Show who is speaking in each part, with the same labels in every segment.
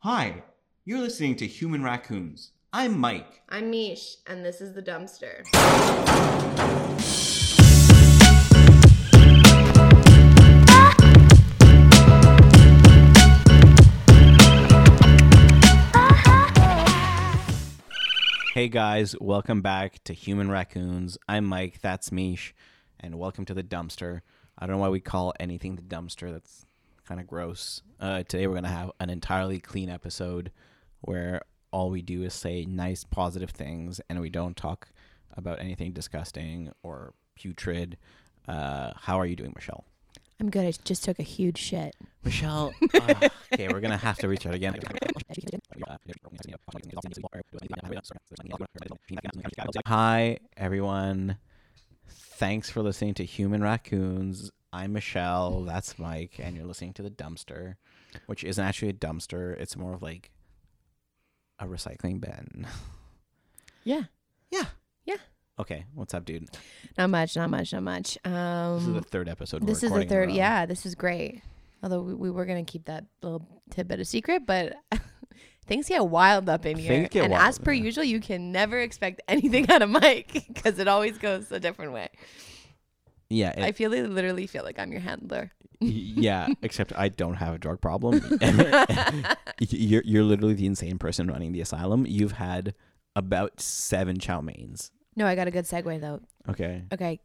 Speaker 1: Hi, you're listening to Human Raccoons. I'm Mike.
Speaker 2: I'm Mish, and this is the dumpster.
Speaker 3: Hey guys, welcome back to Human Raccoons. I'm Mike, that's Mish, and welcome to the dumpster. I don't know why we call anything the dumpster, that's kind of gross. Uh, today we're going to have an entirely clean episode where all we do is say nice, positive things and we don't talk about anything disgusting or putrid. Uh, how are you doing, Michelle?
Speaker 4: I'm good. I just took a huge shit.
Speaker 3: Michelle, ah, okay, we're going to have to restart again. Hi, everyone. Thanks for listening to Human Raccoons. I'm Michelle. That's Mike. And you're listening to The Dumpster, which isn't actually a dumpster. It's more of like a recycling bin.
Speaker 4: Yeah.
Speaker 3: Yeah.
Speaker 4: Yeah.
Speaker 3: Okay. What's up, dude?
Speaker 4: Not much. Not much. Not much.
Speaker 3: This is the
Speaker 4: Um,
Speaker 3: third episode.
Speaker 4: this
Speaker 3: we're
Speaker 4: is the
Speaker 3: recording in a
Speaker 4: third.
Speaker 3: row.
Speaker 4: Yeah, this is great. Although we, we were gonna keep that little tidbit a secret, but things get wild up in here.
Speaker 3: Things get
Speaker 4: and
Speaker 3: wild,
Speaker 4: as per
Speaker 3: yeah.
Speaker 4: usual, you can never expect anything out of Mike because it always goes a different way.
Speaker 3: Yeah. It,
Speaker 4: I feel I literally feel like I'm your handler.
Speaker 3: Y- yeah, except I don't have a drug problem. Y- you're you're literally the insane person running the asylum. You've had about seven chow mains.
Speaker 4: No, I got a good segue though.
Speaker 3: Okay,
Speaker 4: Okay.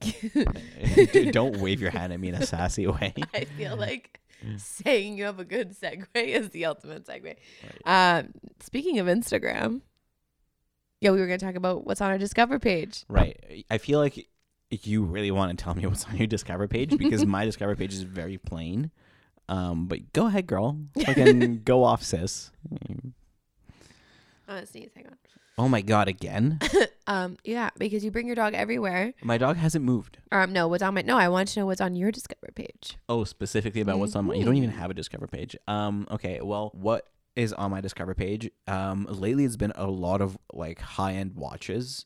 Speaker 3: D- don't wave your hand at me in a sassy way.
Speaker 4: I feel like saying you have a good segue is the ultimate segue. Um, speaking of Instagram, yeah, we were going to talk about what's on our Discover page.
Speaker 3: Right. I feel like you really want to tell me what's on your Discover page because my Discover page is very plain. Um, but go ahead, girl. Fucking go off, sis.
Speaker 4: Oh, sneeze. Hang on.
Speaker 3: Oh my god, again.
Speaker 4: Um, yeah, because you bring your dog everywhere.
Speaker 3: My dog hasn't moved.
Speaker 4: Um, no, what's on my no? I want to know what's on your Discover page.
Speaker 3: Oh, specifically about what's on my. You don't even have a Discover page. Um. Okay. Well, what is on my Discover page? Um. Lately, it's been a lot of like high end watches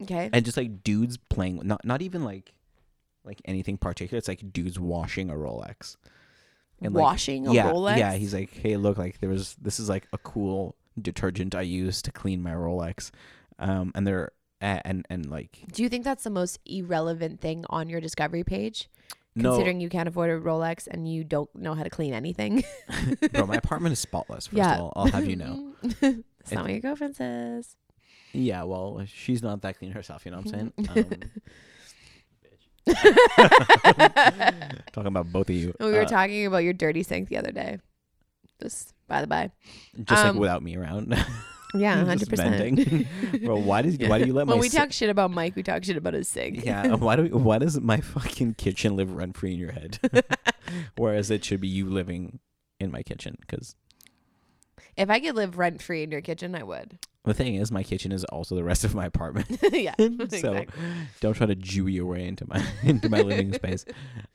Speaker 4: Okay.
Speaker 3: and just like dudes playing. Not not even like like anything particular. It's like dudes washing a Rolex. like,
Speaker 4: Washing a
Speaker 3: yeah,
Speaker 4: Rolex.
Speaker 3: Yeah. He's like, hey, look, like there was this is like a cool detergent I use to clean my Rolex. Um. And they're a- and and like
Speaker 4: Do you think that's the most irrelevant thing on your Discovery page?
Speaker 3: No.
Speaker 4: Considering you can't afford a Rolex and you don't know how to clean anything.
Speaker 3: bro, my apartment is spotless. First
Speaker 4: Yeah.
Speaker 3: of all, I'll have you know.
Speaker 4: it's
Speaker 3: It-
Speaker 4: not what your girlfriend says.
Speaker 3: Yeah, well, she's not that clean herself, you know what I'm saying? Um, talking about both of you.
Speaker 4: We were
Speaker 3: uh,
Speaker 4: talking about your dirty sink the other day. Just by the by.
Speaker 3: just
Speaker 4: um,
Speaker 3: like without me around.
Speaker 4: Yeah,
Speaker 3: Just
Speaker 4: hundred percent.
Speaker 3: venting. Bro, why did why do you let
Speaker 4: When
Speaker 3: my
Speaker 4: we
Speaker 3: si-
Speaker 4: talk shit about Mike, we talk shit about his sink.
Speaker 3: Yeah, why do we, why does my fucking kitchen live rent free in your head? Whereas it should be you living in my kitchen cuz
Speaker 4: If I could live rent free in your kitchen, I would.
Speaker 3: the thing is my kitchen is also the rest of my apartment.
Speaker 4: yeah.
Speaker 3: so
Speaker 4: exactly.
Speaker 3: don't try to Jew your way into my into my living space.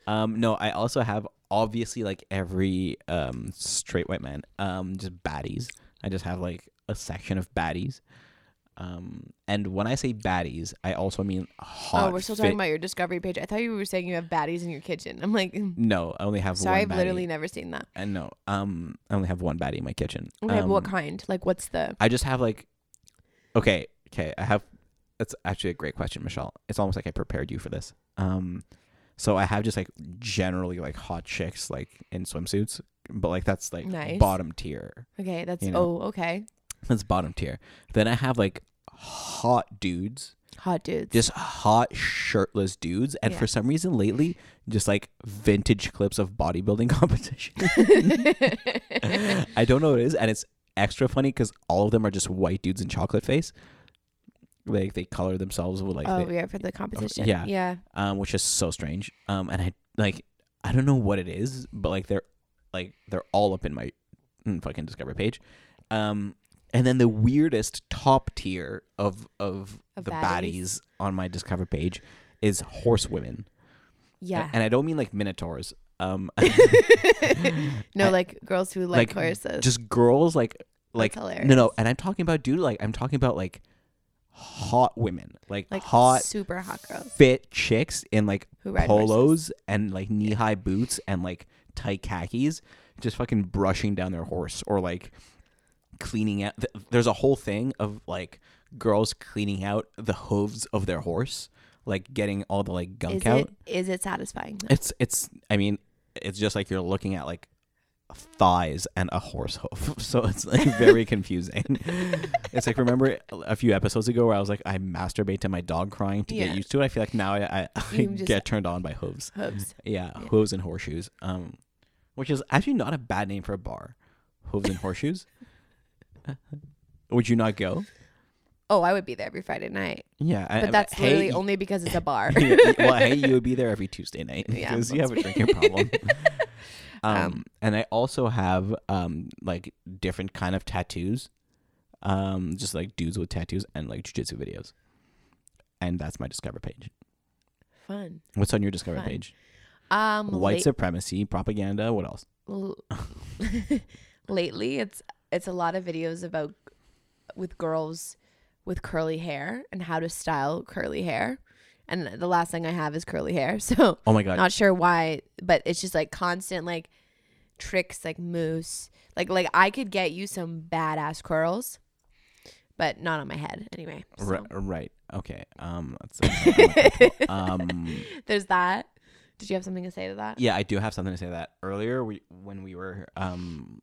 Speaker 3: Um, no, I also have obviously like every um straight white man, um, just baddies. I just have like a section of baddies. Um, and when I say baddies, I also mean hot.
Speaker 4: Oh, we're still
Speaker 3: fit-
Speaker 4: talking about your discovery page. I thought you were saying you have baddies in your kitchen. I'm like, mm,
Speaker 3: No, I only have
Speaker 4: sorry,
Speaker 3: one.
Speaker 4: I've
Speaker 3: baddie.
Speaker 4: literally never seen that.
Speaker 3: And no, um, I only have one baddie in my kitchen.
Speaker 4: Okay, but what
Speaker 3: Um,
Speaker 4: kind? Like, what's the?
Speaker 3: I just have like, okay, okay. I have. That's actually a great question, Michelle. It's almost like I prepared you for this. Um, so I have just like generally like hot chicks like in swimsuits, but like that's like
Speaker 4: Nice.
Speaker 3: bottom tier.
Speaker 4: Okay, that's
Speaker 3: you know.
Speaker 4: oh, okay.
Speaker 3: That's bottom tier. Then I have like hot dudes,
Speaker 4: Hot dudes.
Speaker 3: just hot shirtless dudes, and
Speaker 4: Yeah.
Speaker 3: for some reason lately, just like vintage clips of bodybuilding competition. I don't know what it is, and it's extra funny because all of them are just white dudes in chocolate face. Like they color themselves with like,
Speaker 4: oh,
Speaker 3: they-
Speaker 4: yeah, for the competition.
Speaker 3: yeah.
Speaker 4: yeah.
Speaker 3: um, which is so strange. Um, and I like I don't know what it is, but like they're like they're all up in my mm, fucking discover page. Um, and then the weirdest top tier of of,
Speaker 4: Of
Speaker 3: the baddies.
Speaker 4: baddies.
Speaker 3: on my discover page is horsewomen.
Speaker 4: Yeah.
Speaker 3: and I don't mean like minotaurs. Um,
Speaker 4: no,
Speaker 3: I-
Speaker 4: like girls who like, horses.
Speaker 3: Just girls like like
Speaker 4: That's
Speaker 3: no no,
Speaker 4: hilarious.
Speaker 3: and I'm talking about dude like I'm talking about like hot women like,
Speaker 4: like
Speaker 3: hot
Speaker 4: super hot girls
Speaker 3: fit chicks in like
Speaker 4: who ride horses.
Speaker 3: polos and like knee high boots and like tight khakis, just fucking brushing down their horse or like cleaning out. th- There's a whole thing of like girls cleaning out the hooves of their horse, like getting all the like gunk
Speaker 4: Is
Speaker 3: out.
Speaker 4: it is it satisfying? though?
Speaker 3: It's it's. I mean, it's just like you're looking at like thighs and a horse hoof, so it's like very confusing. it's like remember a few episodes ago where I was like, I masturbate to my dog crying to
Speaker 4: Yeah.
Speaker 3: get used to it. I feel like now I, I, I
Speaker 4: You just-
Speaker 3: get turned on by hooves.
Speaker 4: Hooves.
Speaker 3: Yeah, hooves and horseshoes. Um, which is actually not a bad name for a bar, hooves and horseshoes. Would you not go?
Speaker 4: Oh, I would be there every Friday night,
Speaker 3: Yeah, I-
Speaker 4: but
Speaker 3: I-
Speaker 4: that's
Speaker 3: Uh, hey,
Speaker 4: literally
Speaker 3: y-
Speaker 4: only because it's a bar.
Speaker 3: yeah, y- well, hey, you would be there every Tuesday night
Speaker 4: Yeah,
Speaker 3: because you
Speaker 4: that's
Speaker 3: have a drinking problem. um, and I also have um like different kind of tattoos, um just like dudes with tattoos and like jujitsu videos, and that's my discover page.
Speaker 4: Fun.
Speaker 3: What's on your discover
Speaker 4: Fun.
Speaker 3: page?
Speaker 4: Um,
Speaker 3: White
Speaker 4: late-
Speaker 3: supremacy, propaganda. What else?
Speaker 4: l- lately it's it's a lot of videos about with girls with curly hair and how to style curly hair. And the last thing I have is curly hair. So
Speaker 3: Oh my god,
Speaker 4: not sure why, but it's just like constant like tricks like moose. Like like I could get you some badass curls, but not on my head anyway. So
Speaker 3: Ri- right. Okay. Um. That's, um.
Speaker 4: there's that. Did you have something to say to that?
Speaker 3: Yeah, I do have something to say. to That earlier, we when we were um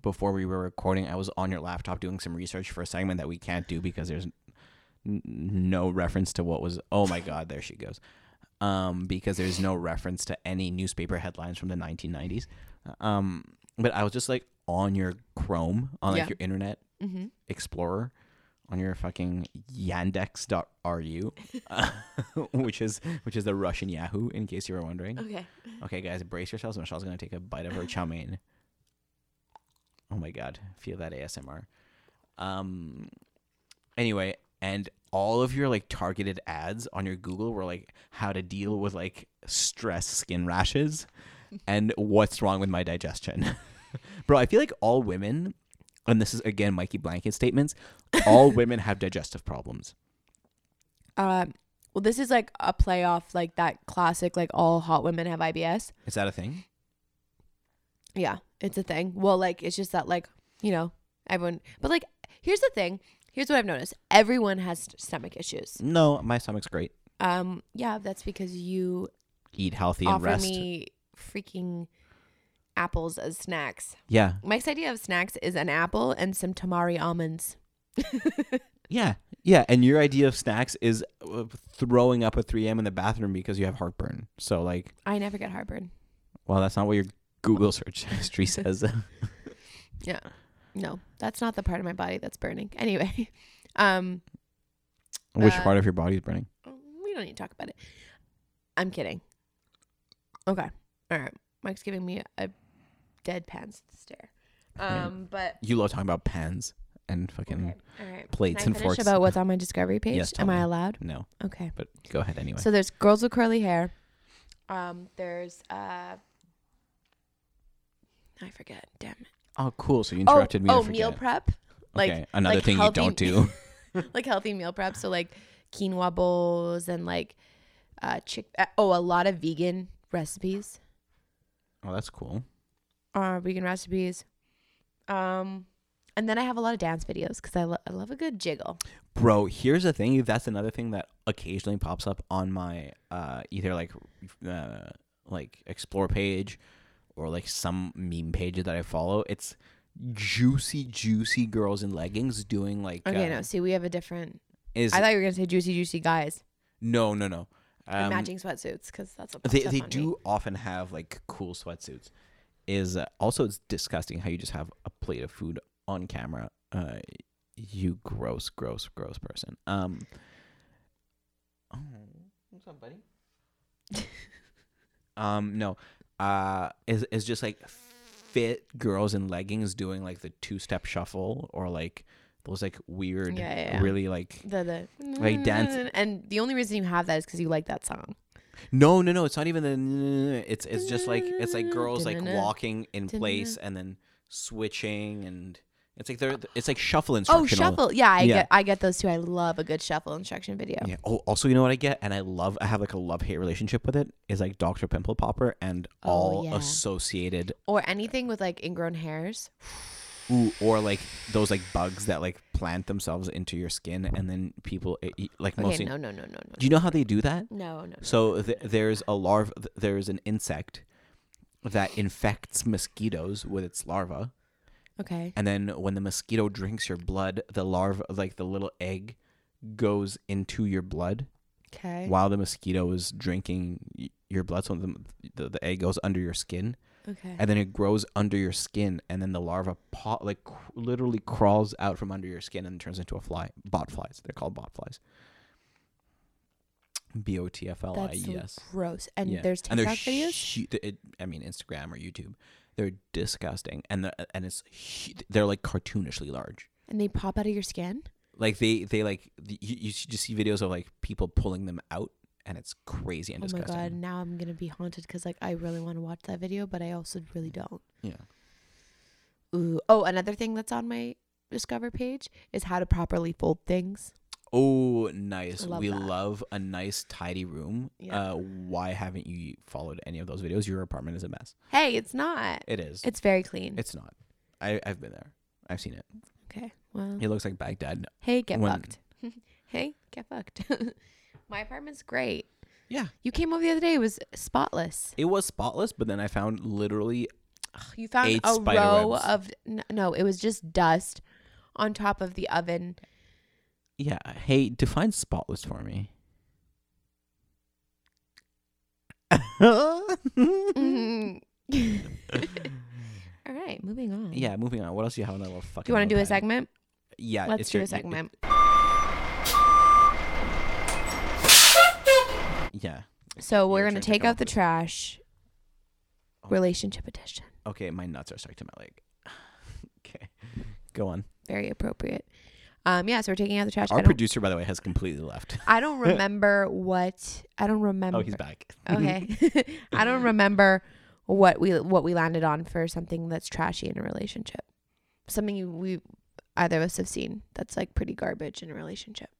Speaker 3: before we were recording, I was on your laptop doing some research for a segment that we can't do because there's n- n- no reference to what was. Oh my God, there she goes. Um, because there's no reference to any newspaper headlines from the 1990s. Um, but I was just like on your Chrome on like
Speaker 4: Yeah.
Speaker 3: your Internet
Speaker 4: Mhm.
Speaker 3: Explorer on your fucking yandex.ru uh, which is which is the Russian Yahoo in case you were wondering.
Speaker 4: Okay.
Speaker 3: Okay, guys, brace yourselves. Michelle's gonna take a bite of her chow mein. Oh my god, feel that ASMR. Um, anyway, and all of your like targeted ads on your Google were like how to deal with like stress skin rashes and what's wrong with my digestion. Bro, I feel like all women, and this is again Mikey Blanket statements, all women have digestive problems.
Speaker 4: Um well this is like a playoff like that classic like all hot women have IBS.
Speaker 3: Is that a thing?
Speaker 4: Yeah, it's a thing. Well, like it's just that like, you know, everyone but like here's the thing. Here's what I've noticed. Everyone has st- stomach issues.
Speaker 3: No, my stomach's great.
Speaker 4: Um yeah, that's because you
Speaker 3: Eat healthy and
Speaker 4: offer
Speaker 3: rest.
Speaker 4: me freaking apples as snacks.
Speaker 3: yeah,
Speaker 4: Mike's idea of snacks is an apple and some tamari almonds.
Speaker 3: Yeah, yeah. And your idea of snacks is uh, throwing up at 3 a.m. in the bathroom because you have heartburn. So, like,
Speaker 4: I never get heartburn.
Speaker 3: well, that's not what your Google search history says.
Speaker 4: No, that's not the part of my body that's burning. Anyway, um
Speaker 3: Which
Speaker 4: Uh,
Speaker 3: part of your body is burning?
Speaker 4: we don't need to talk about it. I'm kidding. Okay. All right. Mike's giving me a dead pants stare. Um, but
Speaker 3: You love talking about pans and fucking
Speaker 4: okay. All right.
Speaker 3: plates
Speaker 4: Can I
Speaker 3: and
Speaker 4: finish
Speaker 3: forks.
Speaker 4: about what's on my discovery page?
Speaker 3: Yes,
Speaker 4: Am
Speaker 3: tell
Speaker 4: I
Speaker 3: me.
Speaker 4: allowed?
Speaker 3: no,
Speaker 4: Okay.
Speaker 3: but go ahead anyway.
Speaker 4: So there's girls with curly hair. Um, there's uh, I forget. Damn it.
Speaker 3: oh, cool. So you
Speaker 4: Oh,
Speaker 3: interrupted me.
Speaker 4: oh,
Speaker 3: I forget.
Speaker 4: meal prep. Like
Speaker 3: Okay, another
Speaker 4: like
Speaker 3: thing you
Speaker 4: healthy-
Speaker 3: don't do.
Speaker 4: like healthy meal prep. So like quinoa bowls and like uh, chick. uh, Oh, a lot of vegan recipes.
Speaker 3: oh, that's cool.
Speaker 4: uh, vegan recipes. Um, and then I have a lot of dance videos because I, lo- I love a good jiggle.
Speaker 3: Bro, here's the thing. That's another thing that occasionally pops up on my uh, either like uh, like explore page or like some meme page that I follow. It's juicy, juicy girls in leggings doing like
Speaker 4: Okay,
Speaker 3: uh,
Speaker 4: no, see, we have a different.
Speaker 3: is
Speaker 4: I thought you were gonna say juicy, juicy guys
Speaker 3: no no no.
Speaker 4: and
Speaker 3: Um,
Speaker 4: matching sweatsuits because that's what
Speaker 3: they
Speaker 4: pops up
Speaker 3: they
Speaker 4: on me.
Speaker 3: do often have like cool sweatsuits. Is uh, also it's disgusting how you just have a plate of food on camera. Uh, you gross, gross, gross person. Um. Oh, what's up, buddy? um. No. Uh. Is is just like fit girls in leggings doing like the two step shuffle or like those like weird,
Speaker 4: Yeah, yeah, yeah.
Speaker 3: really like
Speaker 4: the the
Speaker 3: Like dance-
Speaker 4: and the only reason you have that is because you like that song.
Speaker 3: No, no, no. It's not even the. It's it's just like it's like girls like
Speaker 4: Dun-dun-dun.
Speaker 3: walking in
Speaker 4: Dun-dun-dun.
Speaker 3: place and then switching and it's like they're it's like shuffle
Speaker 4: Oh,
Speaker 3: instructional.
Speaker 4: shuffle! Yeah, I
Speaker 3: Yeah.
Speaker 4: get I get those too. I love a good shuffle instruction video.
Speaker 3: Yeah. Oh, also, you know what I get, and I love. I have like a love hate relationship with it. Is like Doctor Pimple Popper and
Speaker 4: Oh,
Speaker 3: all
Speaker 4: yeah.
Speaker 3: associated.
Speaker 4: Or anything with like ingrown hairs.
Speaker 3: Ooh, or like those like bugs that like plant themselves into your skin, and then people it, it- like
Speaker 4: Okay,
Speaker 3: mostly.
Speaker 4: no, no, no, no, no.
Speaker 3: Do you know how they do that?
Speaker 4: No, no. no.
Speaker 3: So th- there's a larva. th- There's an insect that infects mosquitoes with its larva,
Speaker 4: Okay.
Speaker 3: and then when the mosquito drinks your blood, the larva, like the little egg, goes into your blood
Speaker 4: Okay.
Speaker 3: while the mosquito is drinking y- your blood. So the, the the egg goes under your skin,
Speaker 4: Okay.
Speaker 3: and then it grows under your skin, and then the larva paw, like cr- literally crawls out from under your skin and turns into a fly. Bot flies. They're called bot flies. B o t f l i
Speaker 4: That's
Speaker 3: e s.
Speaker 4: gross. And
Speaker 3: Yeah.
Speaker 4: there's
Speaker 3: And
Speaker 4: TikTok
Speaker 3: they're
Speaker 4: videos.
Speaker 3: hu- th- it- I mean, Instagram or YouTube. They're disgusting, and they're, and it's hu- they're like cartoonishly large.
Speaker 4: and they pop out of your skin.
Speaker 3: Like they they like the- you, you should just see videos of like people pulling them out, and it's crazy and
Speaker 4: Oh my
Speaker 3: disgusting.
Speaker 4: god! Now I'm gonna be haunted because like I really want to watch that video, but I also really don't.
Speaker 3: Yeah.
Speaker 4: Ooh. Oh, another thing that's on my Discover page is how to properly fold things.
Speaker 3: Oh, nice.
Speaker 4: Love
Speaker 3: we
Speaker 4: that.
Speaker 3: love a nice tidy room.
Speaker 4: Yeah.
Speaker 3: Uh, why haven't you followed any of those videos? Your apartment is a mess.
Speaker 4: Hey, it's not.
Speaker 3: It is. It's,
Speaker 4: It's very clean.
Speaker 3: not. I I've been there. I've seen it.
Speaker 4: okay. Well.
Speaker 3: It looks like Baghdad.
Speaker 4: Hey, get
Speaker 3: when-
Speaker 4: fucked. hey, get fucked. my apartment's great.
Speaker 3: Yeah.
Speaker 4: You came over the other day. It was spotless.
Speaker 3: It was spotless, but then I found literally
Speaker 4: You found
Speaker 3: Eight
Speaker 4: a
Speaker 3: spider
Speaker 4: row
Speaker 3: webs.
Speaker 4: of n- no. It was just dust on top of the oven.
Speaker 3: yeah. Hey, define spotless for me.
Speaker 4: Mhm. All right, moving on.
Speaker 3: yeah, moving on. What else do you have in that little fucking?
Speaker 4: Do you want to do a
Speaker 3: notepad?
Speaker 4: segment?
Speaker 3: Yeah,
Speaker 4: Let's
Speaker 3: it's
Speaker 4: do
Speaker 3: your-
Speaker 4: a segment.
Speaker 3: Yeah.
Speaker 4: so we're
Speaker 3: you're
Speaker 4: gonna
Speaker 3: trying to
Speaker 4: take
Speaker 3: come
Speaker 4: out
Speaker 3: up
Speaker 4: the
Speaker 3: with-
Speaker 4: trash.
Speaker 3: Oh.
Speaker 4: Relationship edition.
Speaker 3: Okay, my nuts are stuck to my leg. okay, go on.
Speaker 4: Very appropriate. Um, yeah, so we're taking out the trash. I
Speaker 3: Our
Speaker 4: don't,
Speaker 3: producer, by the way, has completely left.
Speaker 4: I don't remember what I don't remember.
Speaker 3: Oh, he's back.
Speaker 4: okay. I don't remember what we what we landed on for something that's trashy in a relationship. Something you, we either of us have seen that's like pretty garbage in a relationship.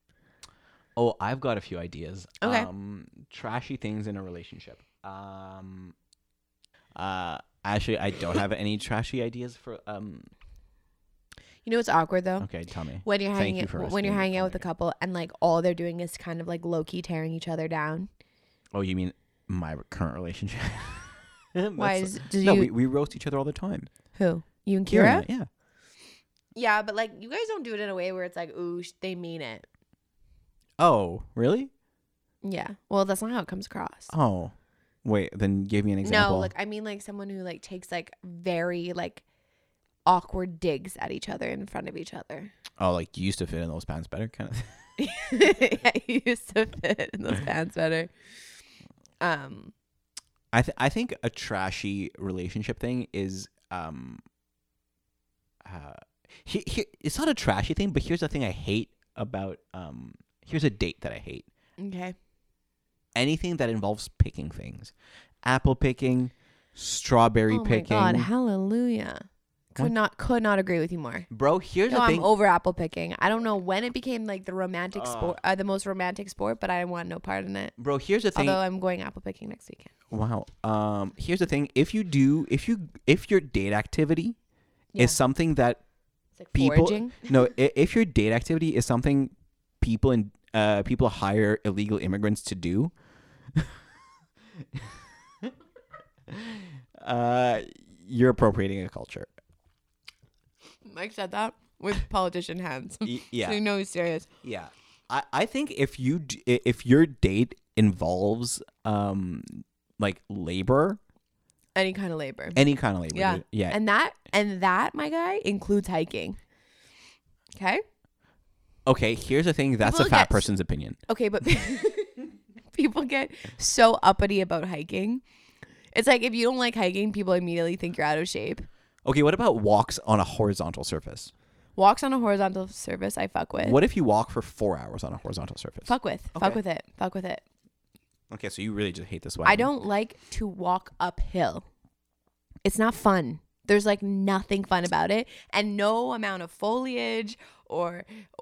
Speaker 3: Oh, I've got a few ideas.
Speaker 4: Okay.
Speaker 3: Um, trashy things in a relationship. Um, uh, actually, I don't have any trashy ideas for. Um,
Speaker 4: You know what's awkward though?
Speaker 3: okay, tell me.
Speaker 4: when you're
Speaker 3: Thank
Speaker 4: hanging
Speaker 3: you
Speaker 4: out
Speaker 3: for
Speaker 4: when you're
Speaker 3: asking.
Speaker 4: hanging
Speaker 3: Oh
Speaker 4: out
Speaker 3: my
Speaker 4: with a
Speaker 3: God.
Speaker 4: couple and like all they're doing is kind of like low key tearing each other down.
Speaker 3: Oh, you mean my current relationship?
Speaker 4: Why
Speaker 3: That's-
Speaker 4: is do
Speaker 3: no,
Speaker 4: you
Speaker 3: we, we roast each other all the time.
Speaker 4: who you and
Speaker 3: Kieran
Speaker 4: Kira?
Speaker 3: and I, yeah.
Speaker 4: Yeah, but like you guys don't do it in a way where it's like ooh sh- they mean it.
Speaker 3: Oh, really?
Speaker 4: Yeah, well that's not how it comes across.
Speaker 3: Oh, wait. Then give me an example.
Speaker 4: No, like I mean like someone who like takes like very like awkward digs at each other in front of each other.
Speaker 3: oh, like you used to fit in those pants better, kind of.
Speaker 4: yeah, you used to fit in those pants better. Um,
Speaker 3: I th- I think a trashy relationship thing is um uh he, he, it's not a trashy thing, but here's the thing I hate about um here's a date that I hate.
Speaker 4: okay.
Speaker 3: Anything that involves picking things. Apple picking, strawberry
Speaker 4: oh
Speaker 3: picking.
Speaker 4: my god, hallelujah. Could
Speaker 3: What?
Speaker 4: not could not agree with you more.
Speaker 3: Bro, here's
Speaker 4: No,
Speaker 3: the
Speaker 4: I'm
Speaker 3: thing.
Speaker 4: over apple picking. I don't know when it became like the romantic
Speaker 3: Ugh.
Speaker 4: sport, uh, the most romantic sport, but I want no part in it.
Speaker 3: Bro, here's the thing.
Speaker 4: Although I'm going apple picking next weekend.
Speaker 3: Wow. Um here's the thing. If you do if you if your date activity
Speaker 4: Yeah.
Speaker 3: is something that
Speaker 4: It's like
Speaker 3: people
Speaker 4: foraging.
Speaker 3: no i- if your date activity is something people in uh people hire illegal immigrants to do uh you're appropriating a culture
Speaker 4: Mike said that with politician hands.
Speaker 3: Y- yeah
Speaker 4: know he's serious.
Speaker 3: yeah i i think if you d- i- if your date involves um like labor
Speaker 4: Any kind of labor.
Speaker 3: any kind of labor
Speaker 4: Yeah.
Speaker 3: dude. yeah
Speaker 4: And that and that, my guy, includes hiking. Okay?
Speaker 3: okay here's the thing that's a
Speaker 4: People
Speaker 3: fat
Speaker 4: get-
Speaker 3: person's opinion
Speaker 4: Okay, but people get so uppity about hiking. It's like if you don't like hiking, people immediately think you're out of shape.
Speaker 3: okay what about walks on a horizontal surface
Speaker 4: Walks on a horizontal surface, I fuck with.
Speaker 3: what if you walk for four hours on a horizontal surface
Speaker 4: Fuck with.
Speaker 3: Okay.
Speaker 4: Fuck with it. Fuck with it.
Speaker 3: Okay, so you really just hate this one.
Speaker 4: I don't like to walk uphill. It's not fun. There's like nothing fun about it. And no amount of foliage or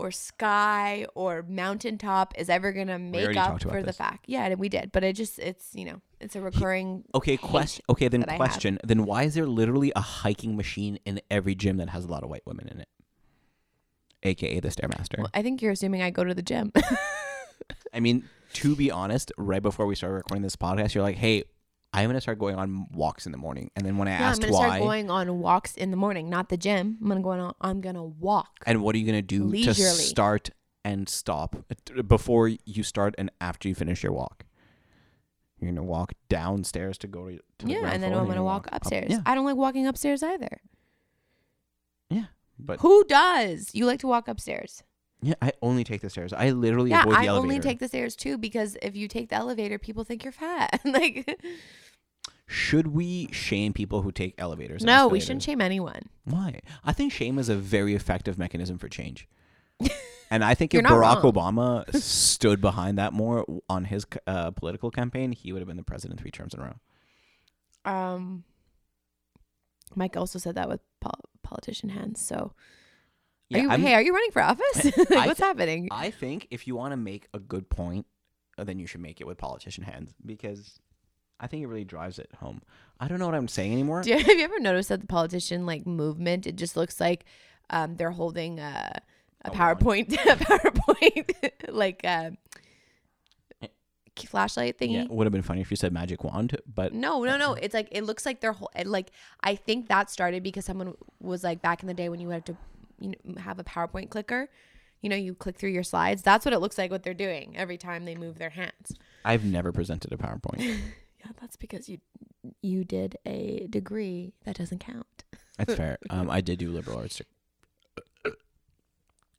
Speaker 4: or sky or mountaintop is ever gonna make
Speaker 3: already
Speaker 4: up
Speaker 3: talked about
Speaker 4: for the
Speaker 3: this.
Speaker 4: fact. Yeah, and we did, but it just it's you know it's a recurring.
Speaker 3: Okay, question. Okay, then
Speaker 4: that I have.
Speaker 3: question. Then why is there literally a hiking machine in every gym that has a lot of white women in it? AKA the Stairmaster.
Speaker 4: Well, I think you're assuming I go to the gym.
Speaker 3: I mean, to be honest, right before we started recording this podcast, you're like, "Hey, I'm gonna start going on walks in the morning." And then when I
Speaker 4: Yeah, I'm
Speaker 3: asked
Speaker 4: gonna
Speaker 3: why,
Speaker 4: start going on walks in the morning, not the gym. I'm gonna go on. I'm gonna walk.
Speaker 3: and what are you gonna do to
Speaker 4: Leisurely.
Speaker 3: start and stop t- before you start and after you finish your walk? You're gonna walk downstairs to go to, to the
Speaker 4: yeah,
Speaker 3: ground
Speaker 4: and then
Speaker 3: floor,
Speaker 4: I'm
Speaker 3: you're
Speaker 4: gonna walk
Speaker 3: up-
Speaker 4: upstairs.
Speaker 3: yeah,
Speaker 4: I don't like walking upstairs either.
Speaker 3: yeah, but
Speaker 4: Who does? You like to walk upstairs?
Speaker 3: yeah, I only take the stairs. I literally
Speaker 4: Yeah,
Speaker 3: avoid the
Speaker 4: I
Speaker 3: elevator.
Speaker 4: only take the stairs too because if you take the elevator, people think you're fat. like,
Speaker 3: Should we shame people who take elevators? and
Speaker 4: no, we
Speaker 3: escalators?
Speaker 4: shouldn't shame anyone.
Speaker 3: Why? I think shame is a very effective mechanism for change. And I think
Speaker 4: You're
Speaker 3: if
Speaker 4: not
Speaker 3: Barack
Speaker 4: wrong.
Speaker 3: Obama stood behind that more on his uh, political campaign, he would have been the president three terms in a row.
Speaker 4: Um, Mike also said that with pol- politician hands. So,
Speaker 3: Yeah,
Speaker 4: are you,
Speaker 3: I'm-
Speaker 4: hey, are you running for office? like,
Speaker 3: I uh,
Speaker 4: what's
Speaker 3: thi-
Speaker 4: happening?
Speaker 3: I think if you want to make a good point, uh, then you should make it with politician hands because I think it really drives it home. I don't know what I'm saying anymore.
Speaker 4: Do you, have you ever noticed that the politician like movement? It just looks like um, they're holding a, a,
Speaker 3: A wand.
Speaker 4: PowerPoint, a PowerPoint like uh, flashlight thingy.
Speaker 3: Eh. yeah, it would have been funny if you said magic wand, but
Speaker 4: No, no, no. It's like it looks like they're whole. Like I think that started because someone was like back in the day when you had to, you know, have a PowerPoint clicker. You know, you click through your slides. That's what it looks like. What they're doing every time they move their hands.
Speaker 3: I've never presented a PowerPoint.
Speaker 4: Yeah, that's because you you did a degree that doesn't count.
Speaker 3: That's fair. Um, I did do liberal arts.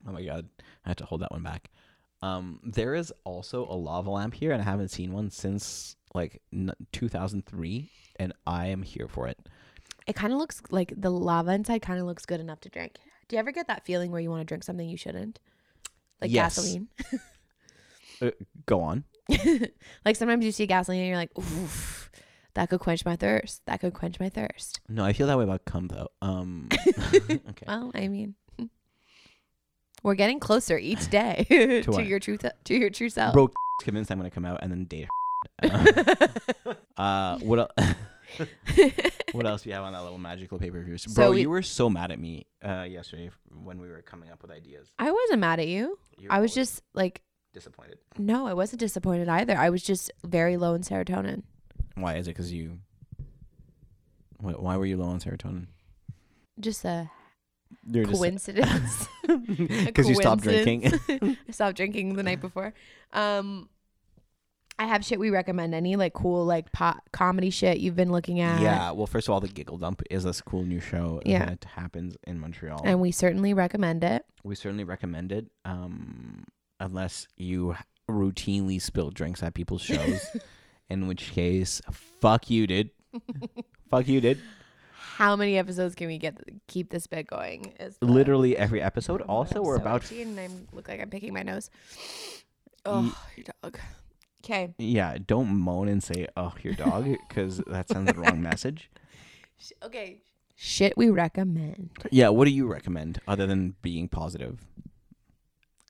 Speaker 3: Oh my god, I had to hold that one back. Um, there is also a lava lamp here, and I haven't seen one since like n- 2003, and I am here for it.
Speaker 4: It kind of looks like the lava inside kind of looks good enough to drink. Do you ever get that feeling where you want to drink something you shouldn't? Like
Speaker 3: Yes.
Speaker 4: gasoline.
Speaker 3: Uh, go on.
Speaker 4: like sometimes you see gasoline and you're like, oof, that could quench my thirst. That could quench my thirst.
Speaker 3: No, I feel that way about cum though. Um, okay.
Speaker 4: Well, I mean, we're getting closer each day to,
Speaker 3: what?
Speaker 4: your true to your true self.
Speaker 3: Bro, convinced I'm gonna come out and then date. Um, uh, what el- what else do you have on that little magical pay per view? Bro,
Speaker 4: we-
Speaker 3: you were so mad at me uh, yesterday when we were coming up with ideas.
Speaker 4: I wasn't mad at you.
Speaker 3: You were
Speaker 4: I was
Speaker 3: always
Speaker 4: just like,
Speaker 3: disappointed.
Speaker 4: no, I wasn't disappointed either. I was just very low in serotonin.
Speaker 3: Why is it? Because you. Why, why were you low on serotonin?
Speaker 4: Just a
Speaker 3: You're
Speaker 4: coincidence.
Speaker 3: Because you stopped drinking.
Speaker 4: I stopped drinking the night before. Um, I have shit we recommend. Any like cool like pot comedy shit you've been looking at?
Speaker 3: yeah. Well, first of all, the Giggle Dump is this cool new show
Speaker 4: Yeah.
Speaker 3: that happens in Montreal.
Speaker 4: And we certainly recommend it.
Speaker 3: we certainly recommend it, um, unless you routinely spill drinks at people's shows, in which case, fuck you, dude. fuck you, dude.
Speaker 4: Uh, How many episodes can we get keep this bit going? Is the-
Speaker 3: Literally every episode. Also,
Speaker 4: Oh I'm
Speaker 3: we're
Speaker 4: so
Speaker 3: about.
Speaker 4: itchy and I look like I'm picking my nose. Oh, your dog. Okay,
Speaker 3: Yeah, don't moan and say, "Oh, your dog," because that sends the wrong message.
Speaker 4: okay. Shit, we recommend.
Speaker 3: Yeah, what do you recommend other than being positive?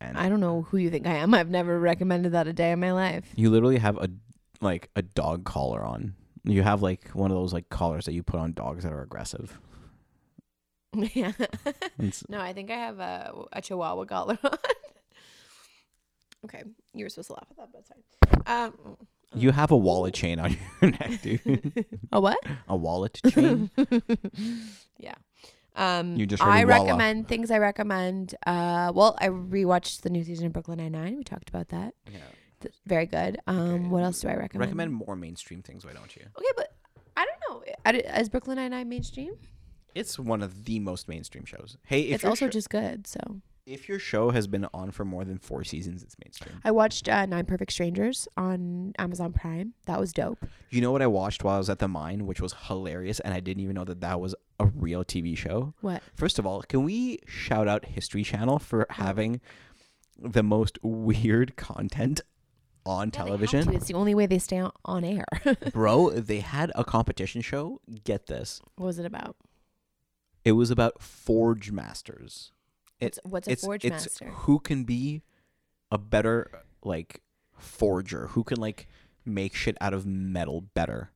Speaker 3: And
Speaker 4: I don't know who you think I am. I've never recommended that a day in my life.
Speaker 3: you literally have a like a dog collar on. You have like one of those like collars that you put on dogs that are aggressive.
Speaker 4: yeah.
Speaker 3: It's,
Speaker 4: No, I think I have a, a chihuahua collar on. okay, you were supposed to laugh at that, but it's fine. Um,
Speaker 3: you have a wallet chain on your neck, dude.
Speaker 4: a what?
Speaker 3: a wallet chain.
Speaker 4: yeah. Um,
Speaker 3: You just heard
Speaker 4: I
Speaker 3: Walla.
Speaker 4: recommend things I recommend. Uh, well, I rewatched the new season of Brooklyn Nine Nine. We talked about that.
Speaker 3: yeah.
Speaker 4: Th- very good. Um,
Speaker 3: Okay.
Speaker 4: what else do I recommend?
Speaker 3: Recommend more mainstream things, why don't you?
Speaker 4: Okay, but I don't know. I d- Is Brooklyn Nine Nine mainstream?
Speaker 3: It's one of the most mainstream shows. Hey, if
Speaker 4: it's
Speaker 3: your
Speaker 4: also
Speaker 3: sho-
Speaker 4: just good. So
Speaker 3: if your show has been on for more than four seasons, it's mainstream.
Speaker 4: I watched uh, Nine Perfect Strangers on Amazon Prime. That was dope.
Speaker 3: You know what I watched while I was at the mine, which was hilarious, and I didn't even know that that was a real TV show.
Speaker 4: What?
Speaker 3: First of all, can we shout out History Channel for having the most weird content on television?
Speaker 4: It's the only way they stay on, on air. what
Speaker 3: Bro, they had a competition show. Get this.
Speaker 4: was it about?
Speaker 3: It was about Forge Masters. It-
Speaker 4: what's a
Speaker 3: it's
Speaker 4: forge
Speaker 3: it's
Speaker 4: master?
Speaker 3: who can be a better like forger, who can like make shit out of metal better.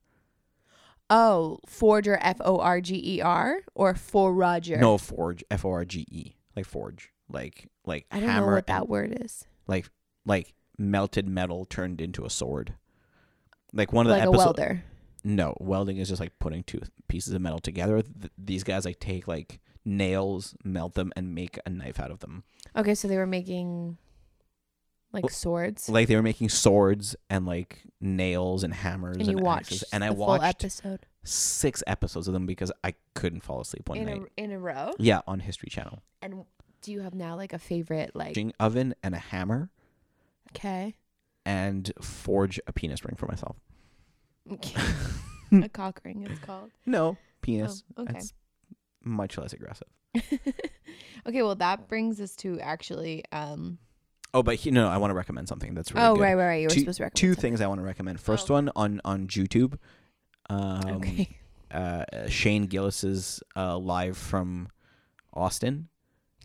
Speaker 4: Oh, forger, F O R G E R, or forger.
Speaker 3: No, forge, F O R G E, like forge, like like
Speaker 4: I don't know
Speaker 3: hammer,
Speaker 4: what that
Speaker 3: and,
Speaker 4: word is.
Speaker 3: like like melted metal turned into a sword. Like one of the
Speaker 4: Like a
Speaker 3: episodes.
Speaker 4: welder.
Speaker 3: No, welding is just like putting two pieces of metal together. Th- these guys like take like nails, melt them, and make a knife out of them.
Speaker 4: Okay, so they were making
Speaker 3: L-
Speaker 4: like swords.
Speaker 3: Like they were making swords and like nails and hammers
Speaker 4: and you
Speaker 3: axes.
Speaker 4: watched
Speaker 3: And I
Speaker 4: the full
Speaker 3: watched
Speaker 4: episode
Speaker 3: six episodes of them because I couldn't fall asleep one
Speaker 4: in
Speaker 3: night.
Speaker 4: a in a row.
Speaker 3: Yeah, on History Channel.
Speaker 4: And do you have now like a favorite like
Speaker 3: Forging oven and a hammer
Speaker 4: okay,
Speaker 3: and forge a penis ring for myself.
Speaker 4: a cock ring it's called.
Speaker 3: No penis.
Speaker 4: Oh, okay.
Speaker 3: That's much less aggressive.
Speaker 4: okay, well that brings us to actually um
Speaker 3: Oh, but he, no, I want to recommend something that's really
Speaker 4: Oh,
Speaker 3: good.
Speaker 4: right, right, right. You were
Speaker 3: two,
Speaker 4: supposed to recommend
Speaker 3: two
Speaker 4: something.
Speaker 3: things I want to recommend. First
Speaker 4: Oh.
Speaker 3: one on on YouTube. Um,
Speaker 4: Okay.
Speaker 3: uh, Shane Gillis's uh, live from Austin,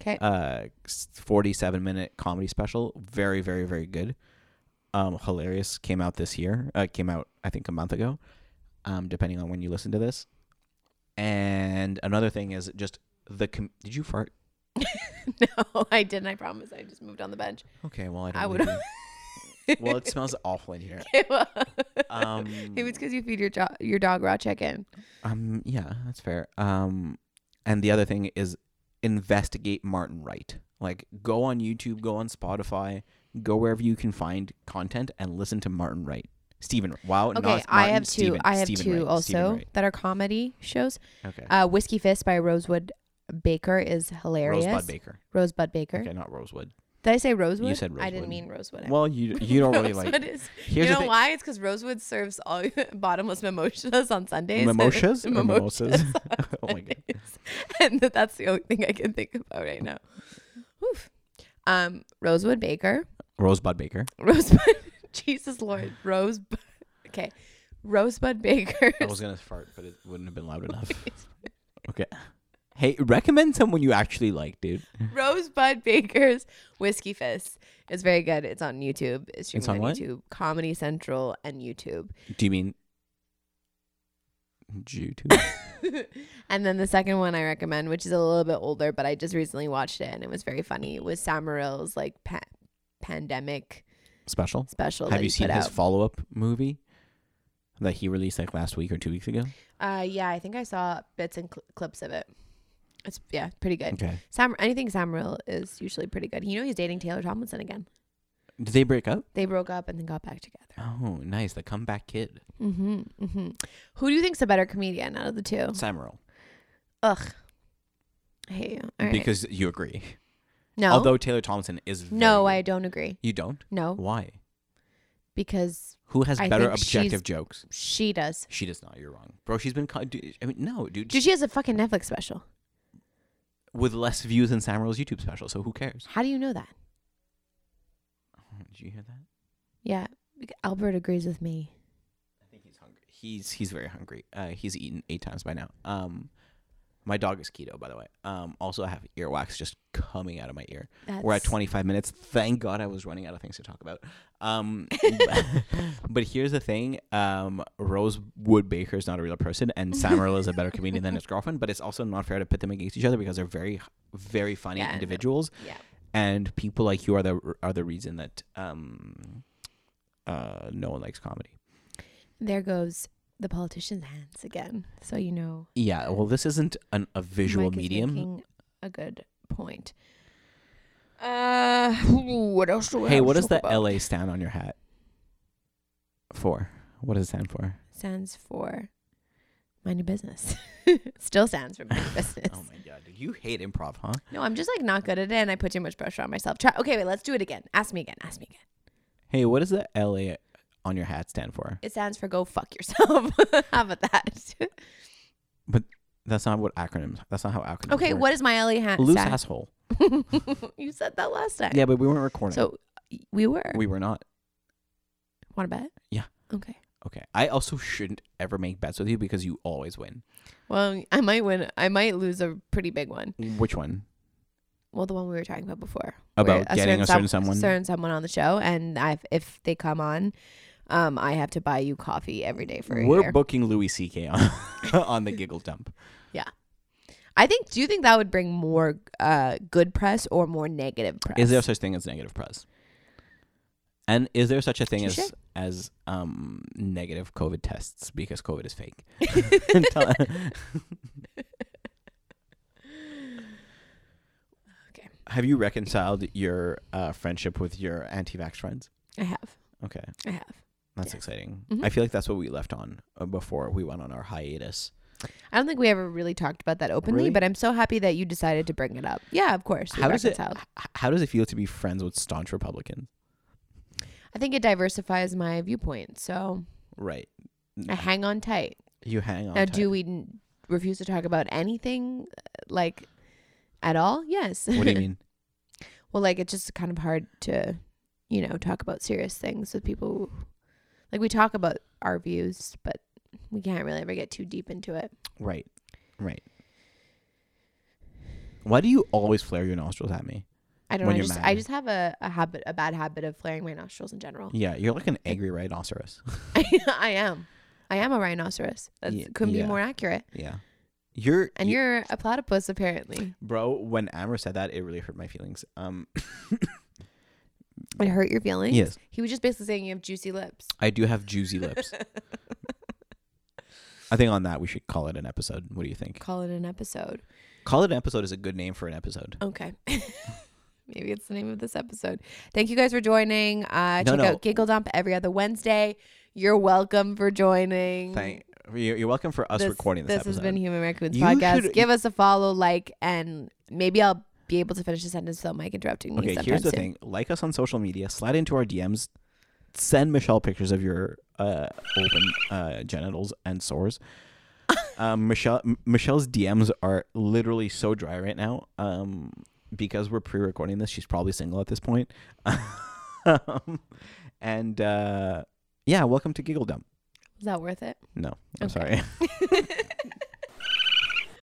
Speaker 4: Okay.
Speaker 3: uh, s- forty-seven minute comedy special. Very, very, very good. Um, hilarious. Came out this year. Uh, came out I think a month ago, um, depending on when you listen to this. And another thing is just the. Com- Did you fart?
Speaker 4: no, I didn't. I promise. I just moved on the bench.
Speaker 3: Okay, well Uh, I, don't
Speaker 4: I would.
Speaker 3: believe you. well, it smells awful in here.
Speaker 4: it was
Speaker 3: Um,
Speaker 4: because you feed your jo- your dog raw chicken.
Speaker 3: Um, yeah, that's fair. Um, and the other thing is investigate Martin Wright. Like, go on YouTube, go on Spotify, go wherever you can find content and listen to Martin Wright. Stephen, wow.
Speaker 4: Okay,
Speaker 3: not
Speaker 4: I
Speaker 3: Martin,
Speaker 4: have two.
Speaker 3: Stephen-
Speaker 4: I have
Speaker 3: Stephen
Speaker 4: two
Speaker 3: Wright, Stephen
Speaker 4: also
Speaker 3: Wright.
Speaker 4: that are comedy shows.
Speaker 3: Okay.
Speaker 4: Uh, Whiskey Fist by Rosewood Baker is hilarious.
Speaker 3: Rosebud Baker.
Speaker 4: Rosebud Baker.
Speaker 3: Okay, not Rosewood.
Speaker 4: Did I say Rosewood?
Speaker 3: said
Speaker 4: I
Speaker 3: Rosewood.
Speaker 4: didn't mean Rosewood. I
Speaker 3: Well, you you don't really like
Speaker 4: Rosewood is-
Speaker 3: Here's
Speaker 4: you
Speaker 3: the
Speaker 4: know
Speaker 3: thing-
Speaker 4: why? It's because Rosewood serves all bottomless mimosas on Sundays.
Speaker 3: Mimosas or mimosas?
Speaker 4: on
Speaker 3: Oh my God.
Speaker 4: Sundays. And that- that's the only thing I can think about right now. Oof. Um, Rosewood Baker.
Speaker 3: Rosebud Baker.
Speaker 4: Rosebud. Jesus Lord. Rosebud. Okay. Rosebud Baker.
Speaker 3: I was gonna fart, but it wouldn't have been loud enough. okay. Hey, recommend someone you actually like, dude.
Speaker 4: Rosebud Baker's Whiskey Fist. It's very good. It's on YouTube. It's streaming
Speaker 3: It's on what?
Speaker 4: YouTube, Comedy Central, and YouTube.
Speaker 3: Do you mean YouTube?
Speaker 4: and then the second one I recommend, which is a little bit older, but I just recently watched it and it was very funny. It was Samaril's like pa- pandemic
Speaker 3: Special.
Speaker 4: special.
Speaker 3: Have
Speaker 4: that
Speaker 3: you
Speaker 4: he
Speaker 3: seen
Speaker 4: put
Speaker 3: his
Speaker 4: out.
Speaker 3: follow up movie that he released like last week or two weeks ago?
Speaker 4: uh, yeah, I think I saw bits and cl- clips of it. It's yeah, pretty good.
Speaker 3: Okay.
Speaker 4: Sam, anything Samaril is usually pretty good. You know, he's dating Taylor Tomlinson again.
Speaker 3: Did they break up?
Speaker 4: They broke up and then got back together.
Speaker 3: Oh, nice. The comeback kid. Mm-hmm,
Speaker 4: hmm hmm Who do you think's a better comedian out of the two?
Speaker 3: Samuel.
Speaker 4: Ugh, I hate you. All right.
Speaker 3: Because you agree.
Speaker 4: no,
Speaker 3: Although Taylor Thompson is very
Speaker 4: no,
Speaker 3: good.
Speaker 4: I don't agree.
Speaker 3: You don't?
Speaker 4: No,
Speaker 3: Why?
Speaker 4: because
Speaker 3: Who has
Speaker 4: I
Speaker 3: better
Speaker 4: think she's-
Speaker 3: objective jokes?
Speaker 4: she does.
Speaker 3: She does not. You're wrong. Bro, she's been. Con- dude, I mean, no, dude.
Speaker 4: Dude, she has a fucking Netflix special.
Speaker 3: with less views than Samuel's YouTube special, so who cares? Oh,
Speaker 4: How do you know that?
Speaker 3: Did you hear that?
Speaker 4: Yeah, Albert agrees with me.
Speaker 3: I think he's hungry. He's he's very hungry. Uh, he's eaten eight times by now. Um, my dog is keto, by the way. Um, also I have earwax just coming out of my ear.
Speaker 4: That's,
Speaker 3: We're at twenty five minutes. Thank God I was running out of things to talk about. Um, but here's the thing: um, Rosewood Baker is not a real person, and Samuel is a better comedian than his girlfriend. But it's also not fair to pit them against each other because they're very, very funny
Speaker 4: Yeah, I know.
Speaker 3: individuals
Speaker 4: Yeah.
Speaker 3: and people like you are the are the reason that um uh no one likes comedy.
Speaker 4: There goes the politician's hands again. So you know,
Speaker 3: Yeah, well, this isn't an, a visual
Speaker 4: Mike is
Speaker 3: medium.
Speaker 4: making a good point. Uh, what else do we
Speaker 3: Hey,
Speaker 4: have
Speaker 3: what
Speaker 4: to
Speaker 3: does the
Speaker 4: talk about?
Speaker 3: LA stand on your hat for? What does it stand for?
Speaker 4: stands for mind your business? Still stands for mind your business.
Speaker 3: Oh my god, dude, you hate improv, huh?
Speaker 4: No, I'm just like not good at it, and I put too much pressure on myself. Try. Okay, wait, let's do it again. Ask me again. Ask me again.
Speaker 3: Hey, what does the LA on your hat stand for?
Speaker 4: It stands for go fuck yourself. How about that?
Speaker 3: That's not what acronyms. That's not how acronyms.
Speaker 4: okay,
Speaker 3: work.
Speaker 4: what is my LA hat?
Speaker 3: Loose
Speaker 4: stand?
Speaker 3: asshole.
Speaker 4: you said that last time.
Speaker 3: Yeah, but we weren't recording.
Speaker 4: So we were.
Speaker 3: we were not.
Speaker 4: Want to bet?
Speaker 3: Yeah.
Speaker 4: Okay.
Speaker 3: Okay. I also shouldn't ever make bets with you because you always win.
Speaker 4: Well, I might win. I might lose a pretty big one.
Speaker 3: Which one?
Speaker 4: well, the one we were talking about before
Speaker 3: About
Speaker 4: where
Speaker 3: getting a certain
Speaker 4: some-
Speaker 3: someone?
Speaker 4: certain someone on the show, and I if they come on, um, I have to buy you coffee every day for a
Speaker 3: We're
Speaker 4: year.
Speaker 3: booking Louis C.K. on, on the giggle dump.
Speaker 4: I think. Do you think that would bring more uh good press or more negative press?
Speaker 3: Is there such thing as negative press? And is there such a thing
Speaker 4: Touche.
Speaker 3: as as um, negative COVID tests because COVID is fake? Tell-
Speaker 4: Okay.
Speaker 3: Have you reconciled your uh, friendship with your anti-vax friends?
Speaker 4: I have.
Speaker 3: Okay,
Speaker 4: I have.
Speaker 3: that's exciting.
Speaker 4: Mhm.
Speaker 3: I feel like that's what we left on uh, before we went on our hiatus.
Speaker 4: I don't think we ever really talked about that openly,
Speaker 3: Really?
Speaker 4: but I'm so happy that you decided to bring it up. Yeah, of course. we
Speaker 3: How does it-
Speaker 4: reconciled.
Speaker 3: H- how does it feel to be friends with staunch Republicans?
Speaker 4: I think it diversifies my viewpoint, so
Speaker 3: Right.
Speaker 4: I hang on tight.
Speaker 3: You hang on.
Speaker 4: now,
Speaker 3: tight.
Speaker 4: do we n- refuse to talk about anything uh, like at all? Yes.
Speaker 3: What do you mean?
Speaker 4: well, like it's just kind of hard to, you know, talk about serious things with people. Who, like we talk about our views, but we can't really ever get too deep into it.
Speaker 3: right. Right. Why do you always flare your nostrils at me?
Speaker 4: I don't.
Speaker 3: When
Speaker 4: know, I
Speaker 3: you're
Speaker 4: just
Speaker 3: mad.
Speaker 4: I just have a, a habit, a bad habit of flaring my nostrils in general.
Speaker 3: Yeah, you're like an angry rhinoceros.
Speaker 4: I am. I am a rhinoceros. That
Speaker 3: Ye-
Speaker 4: couldn't
Speaker 3: yeah.
Speaker 4: be more accurate.
Speaker 3: yeah. You're
Speaker 4: And
Speaker 3: you-
Speaker 4: you're a platypus, apparently.
Speaker 3: bro, when Amber said that, it really hurt my feelings. Um
Speaker 4: It hurt your feelings.
Speaker 3: Yes.
Speaker 4: He was just basically saying you have juicy lips.
Speaker 3: I do have juicy lips. I think on that we should call it an episode. What do you think?
Speaker 4: Call it an episode.
Speaker 3: Call it an episode is a good name for an episode.
Speaker 4: Okay. Maybe it's the name of this episode. Thank you guys for joining. Uh,
Speaker 3: No,
Speaker 4: check
Speaker 3: no.
Speaker 4: out Giggle Dump every other Wednesday. You're welcome for joining.
Speaker 3: Thank you- you're welcome for us recording this,
Speaker 4: Um, has
Speaker 3: episode.
Speaker 4: been Human Raccoons
Speaker 3: You
Speaker 4: podcast.
Speaker 3: should-
Speaker 4: Give us a follow, like, and maybe I'll be able to finish the sentence without Mike interrupting me.
Speaker 3: Okay,
Speaker 4: sometime
Speaker 3: here's the
Speaker 4: soon.
Speaker 3: thing. Like us on social media, slide into our DMs, send Michelle pictures of your uh, open uh, genitals and sores. Um, Michelle M- Michelle's DMs are literally so dry right now. Um, because we're pre-recording this, she's probably single at this point. um, and uh, yeah, welcome to Giggle Dump.
Speaker 4: Is that worth it?
Speaker 3: No, I'm
Speaker 4: Okay.
Speaker 3: sorry.